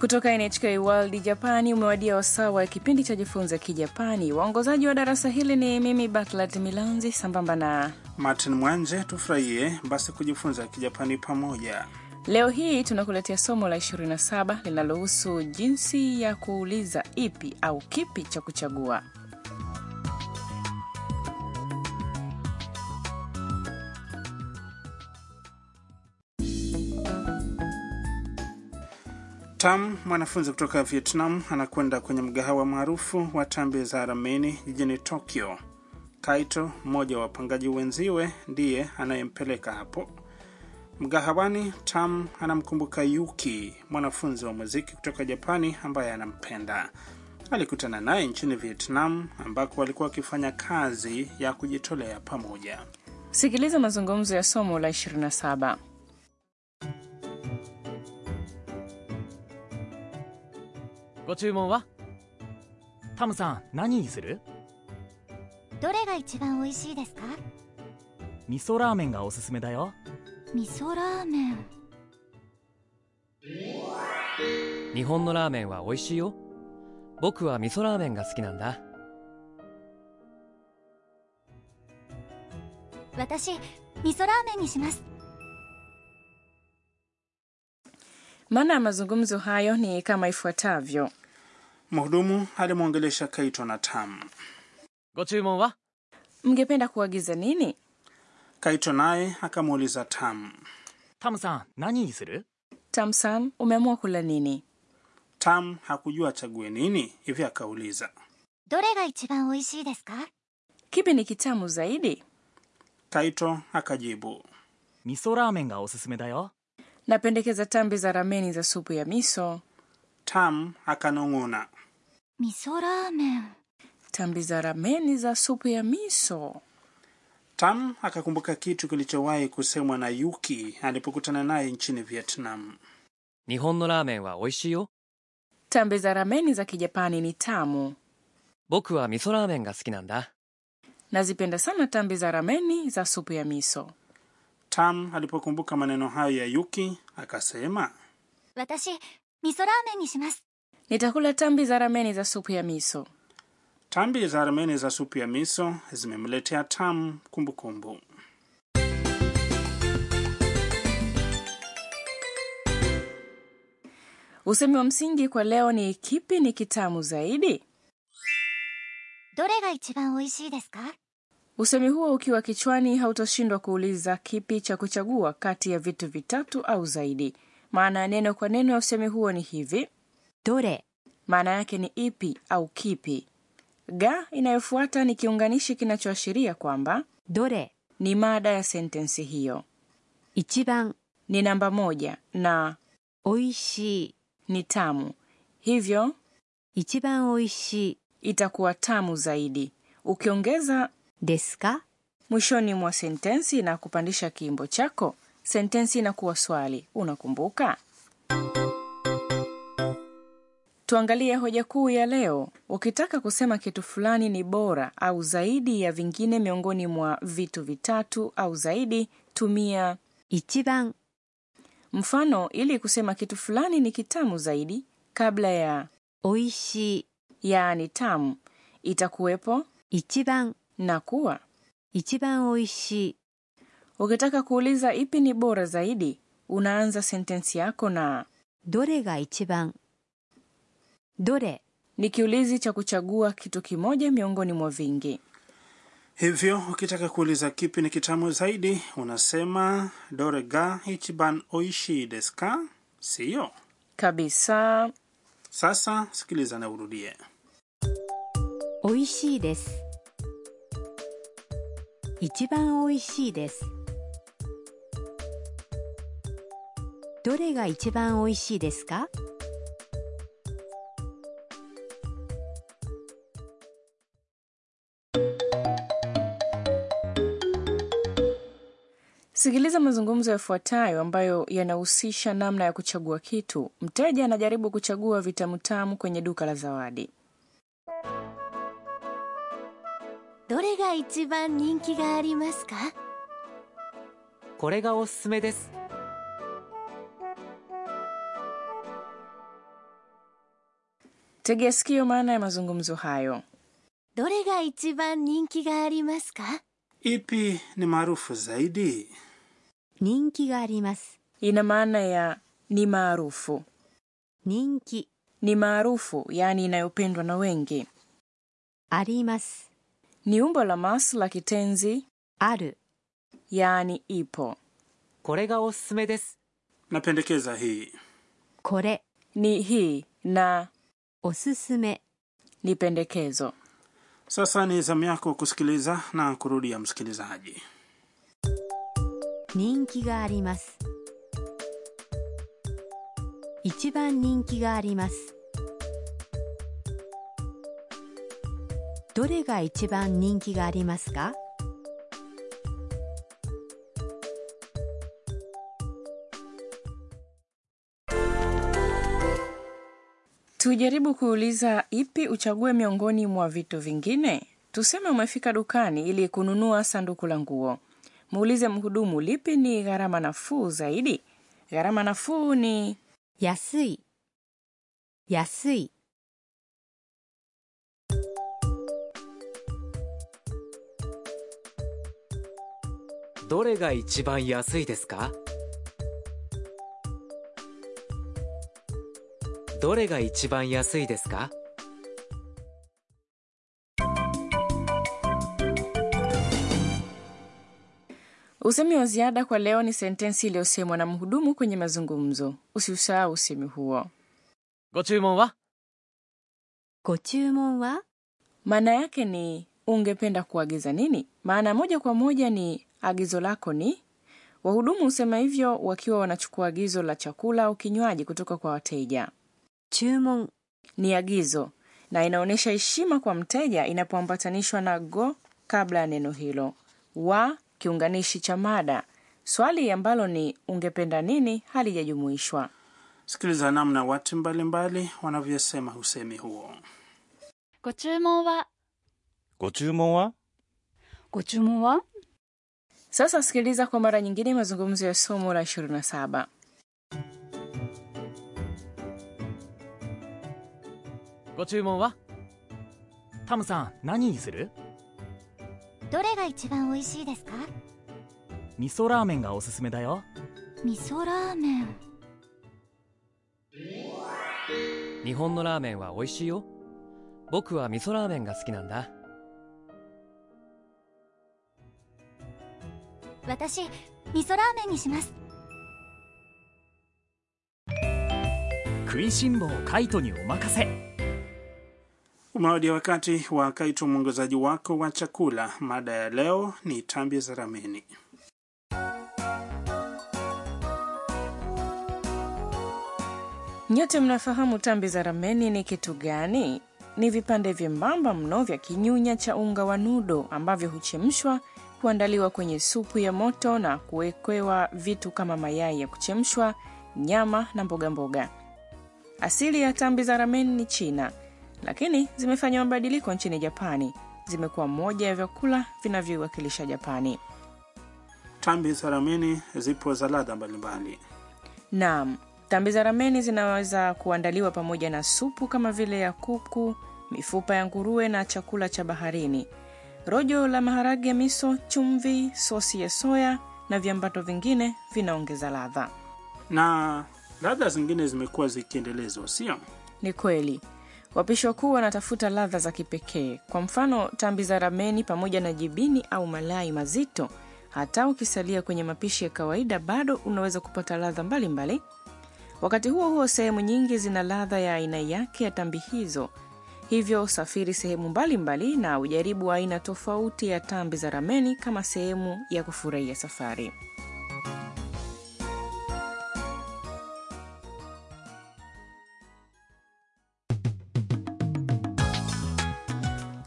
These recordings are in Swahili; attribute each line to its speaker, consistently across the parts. Speaker 1: kutoka NHK World Japani. Umewadia wasaa wa kipindi cha jifunze Kijapani. Waongozaji wa darasa hili ni mimi Baklat Milanzi sambamba na
Speaker 2: Martin Mwanje. Tufurahie basi kujifunza Kijapani pamoja.
Speaker 1: Leo hii tunakuletea somo la 27 linalohusu jinsi ya kuuliza ipi au kipi cha kuchagua.
Speaker 2: Tam, mwanafunzi kutoka Vietnam, anakwenda kwenye mgahawa maarufu wa tambi za rameni jijini Tokyo. Kaito, mmoja wa wapangaji wenziwe, ndiye anayempeleka hapo mgahawani. Tam anamkumbuka Yuki, mwanafunzi wa muziki kutoka Japani ambaye anampenda. Alikutana naye nchini Vietnam, ambako walikuwa wakifanya kazi ya kujitolea pamoja.
Speaker 1: Sikiliza mazungumzo ya somo la 27.
Speaker 3: ご注文はタムさん何にする
Speaker 4: どれが一番美味しいですか
Speaker 3: 味噌ラーメンがおすすめだよ
Speaker 4: 味噌ラーメン
Speaker 5: 日本のラーメンは美味しいよ僕は味噌ラーメンが好きなんだ
Speaker 4: 私味噌ラーメンにします
Speaker 1: Maana ya mazungumzo hayo ni kama ifuatavyo.
Speaker 2: Mhudumu alimwongelesha Kaito na Tam.
Speaker 3: ご注文は
Speaker 1: Mngependa kuagiza nini?
Speaker 2: Kaito naye akamuuliza Tam.
Speaker 3: タムさん何にする
Speaker 1: Tamsan, umeamua kula nini?
Speaker 2: Tam hakujua achague nini, hivyo akauliza.
Speaker 4: どれが一番美味しいですか
Speaker 1: Kipi ni kitamu zaidi?
Speaker 2: Kaito akajibu.
Speaker 3: 味噌ラーメンがおすすめだよ
Speaker 1: Napendekeza tambi za rameni za supu ya miso.
Speaker 2: Tam akanong'ona.
Speaker 4: 味噌ラーメン
Speaker 1: Tambi za rameni za supu ya miso.
Speaker 2: Tam akakumbuka kitu kilichowahi kusemwa na Yuki alipokutana naye nchini Vietnam.
Speaker 5: 日本のラーメンは美味しいよ
Speaker 1: Tambi za rameni za Kijapani ni tamu.
Speaker 5: 僕は味噌ラーメンが好きなんだ
Speaker 1: Nazipenda sana tambi za rameni za supu ya miso.
Speaker 2: Tam alipokumbuka maneno hayo ya Yuki akasema,
Speaker 4: 私味噌ラーメンにします
Speaker 1: Nitakula tambi za rameni za supu ya miso.
Speaker 2: tambi za armeni za supu ya miso zimemletea Tam kumbukumbu kumbu.
Speaker 1: Usemi wa msingi kwa leo ni kipi ni kitamu zaidi?
Speaker 4: どれが一番美味しいですか
Speaker 1: Usemi huo ukiwa kichwani hautoshindwa kuuliza kipi cha kuchagua kati ya vitu vitatu au zaidi. Maana ya neno kwa neno ya usemi huo ni hivi:
Speaker 4: どれ
Speaker 1: maana yake ni ipi au kipi. Ga inayofuata ni kiunganishi kinachoashiria kwamba
Speaker 4: どれ
Speaker 1: ni mada ya sentensi hiyo.
Speaker 4: 一番
Speaker 1: Ni namba moja na
Speaker 4: 美味しい
Speaker 1: ni tamu, hivyo
Speaker 4: 一番美味しい
Speaker 1: itakuwa tamu zaidi ukiongeza
Speaker 4: ですか
Speaker 1: mwishoni mwa sentensi na kupandisha kiimbo chako. Sentensi inakuwa swali, unakumbuka? Tuangalie hoja kuu ya leo. Ukitaka kusema kitu fulani ni bora au zaidi ya vingine miongoni mwa vitu vitatu au zaidi, tumia
Speaker 4: 一番
Speaker 1: mfano ili kusema kitu fulani ni kitamu zaidi kabla ya
Speaker 4: 美味しい
Speaker 1: yaani tamu itakuwepo
Speaker 4: 一番
Speaker 1: na kuwa.
Speaker 4: 一番美味しい
Speaker 1: Ukitaka kuuliza ipi ni bora zaidi, unaanza sentensi yako na
Speaker 4: どれが一番どれ
Speaker 1: ni kiulizi cha kuchagua kitu kimoja miongoni mwa vingi.
Speaker 2: Hivyo ukitaka kuuliza kipi ni kitamu zaidi, unasema dore ga ichiban oishi desu ka? Siyo?
Speaker 1: Kabisa.
Speaker 2: Sasa sikiliza na urudie.
Speaker 4: 美味しいです一番美味しいですどれが一番美味しいですか
Speaker 1: Sikiliza mazungumzo yafuatayo ambayo yanahusisha namna ya kuchagua kitu. Mteja anajaribu kuchagua vitamutamu kwenye duka la zawadi.
Speaker 4: どれが一番人気がありますか
Speaker 5: これがおすすめです
Speaker 1: tegea sikio maana ya mazungumzo hayo
Speaker 4: どれが一番人気がありますか
Speaker 2: Ipi ni maarufu zaidi?
Speaker 6: 人気があります
Speaker 1: ina maana ya ni maarufu
Speaker 6: 人気
Speaker 1: ni maarufu yaani inayopendwa na wengi
Speaker 6: あります
Speaker 1: ni umbo la mas la kitenzi
Speaker 6: ある
Speaker 1: yaani ipo
Speaker 7: これがおすすめです
Speaker 2: Napendekeza hii.
Speaker 6: これ
Speaker 1: ni hii na
Speaker 6: おすすめ
Speaker 1: ni pendekezo
Speaker 2: Sasa ni zamu yako kusikiliza na kurudia, msikilizaji.
Speaker 6: 人気があります一番人気がありますどれが一番人気がありますか
Speaker 1: tujaribu kuuliza ipi uchague miongoni mwa vitu vingine tuseme umefika dukani ili kununua sanduku la nguo muulize mhudumu lipi ni gharama nafuu zaidi gharama nafuu ni
Speaker 6: 安い安い
Speaker 7: どれが一番安いですかどれが一番安いですか
Speaker 1: usemi wa ziada kwa leo ni sentensi iliyosemwa na mhudumu kwenye mazungumzo usiusahau usemi huo
Speaker 3: ご注文は
Speaker 6: ご注文は
Speaker 1: maana yake ni ungependa kuagiza nini maana moja kwa moja ni agizo lako ni wahudumu husema hivyo wakiwa wanachukua agizo la chakula au kinywaji kutoka kwa wateja
Speaker 6: 注文
Speaker 1: ni agizo na inaonyesha heshima kwa mteja inapoambatanishwa na go kabla ya neno hilo wa kiunganishi cha mada swali ambalo ni ungependa nini halijajumuishwa
Speaker 2: Sikiliza namna watu mbalimbali wanavyosema usemi huo.
Speaker 8: ご注文は
Speaker 9: ご注文は
Speaker 8: ご注文は
Speaker 1: sasa sikiliza kwa mara nyingine mazungumzo ya somo la 27
Speaker 3: ご注文はタムさん何にする
Speaker 4: どれが一番美味しいですか
Speaker 3: 味噌ラーメンがおすすめだよ
Speaker 4: 味噌ラーメン
Speaker 5: 日本のラーメンは美味しいよ僕は味噌ラーメンが好きなんだ
Speaker 4: 私味噌ラーメンにします
Speaker 3: 食いしん坊カイトにお任せ
Speaker 2: Umewadia wakati wa Kaito, mwongozaji wako wa chakula. Mada ya leo ni tambi za rameni.
Speaker 1: Nyote mnafahamu tambi za rameni ni kitu gani? Ni vipande vyembamba mno vya kinyunya cha unga wa nudo ambavyo huchemshwa, huandaliwa kwenye supu ya moto na kuwekwewa vitu kama mayai ya kuchemshwa, nyama na mboga mboga. Asili ya tambi za rameni ni China, lakini zimefanya mabadiliko nchini Japani. Zimekuwa moja ya vyakula vinavyoiwakilisha Japani.
Speaker 2: Tambi za rameni zipo za ladha mbalimbali.
Speaker 1: Naam, tambi za rameni zinaweza kuandaliwa pamoja na supu kama vile ya kuku, mifupa ya nguruwe na chakula cha baharini, rojo la maharage ya miso, chumvi, sosi ya soya na viambato vingine vinaongeza ladha.
Speaker 2: na ladha zingine zimekuwa zikiendelezwa, sio?
Speaker 1: Ni kweli wapishi wakuu wanatafuta ladha za kipekee. Kwa mfano, tambi za rameni pamoja na jibini au malai mazito. Hata ukisalia kwenye mapishi ya kawaida, bado unaweza kupata ladha mbalimbali. Wakati huo huo, sehemu nyingi zina ladha ya aina yake ya tambi hizo, hivyo safiri sehemu mbalimbali na ujaribu aina tofauti ya tambi za rameni kama sehemu ya kufurahia safari.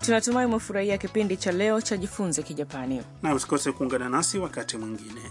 Speaker 1: Tunatumai umefurahia kipindi cha leo cha Jifunze Kijapani.
Speaker 2: Na usikose kuungana nasi wakati mwingine.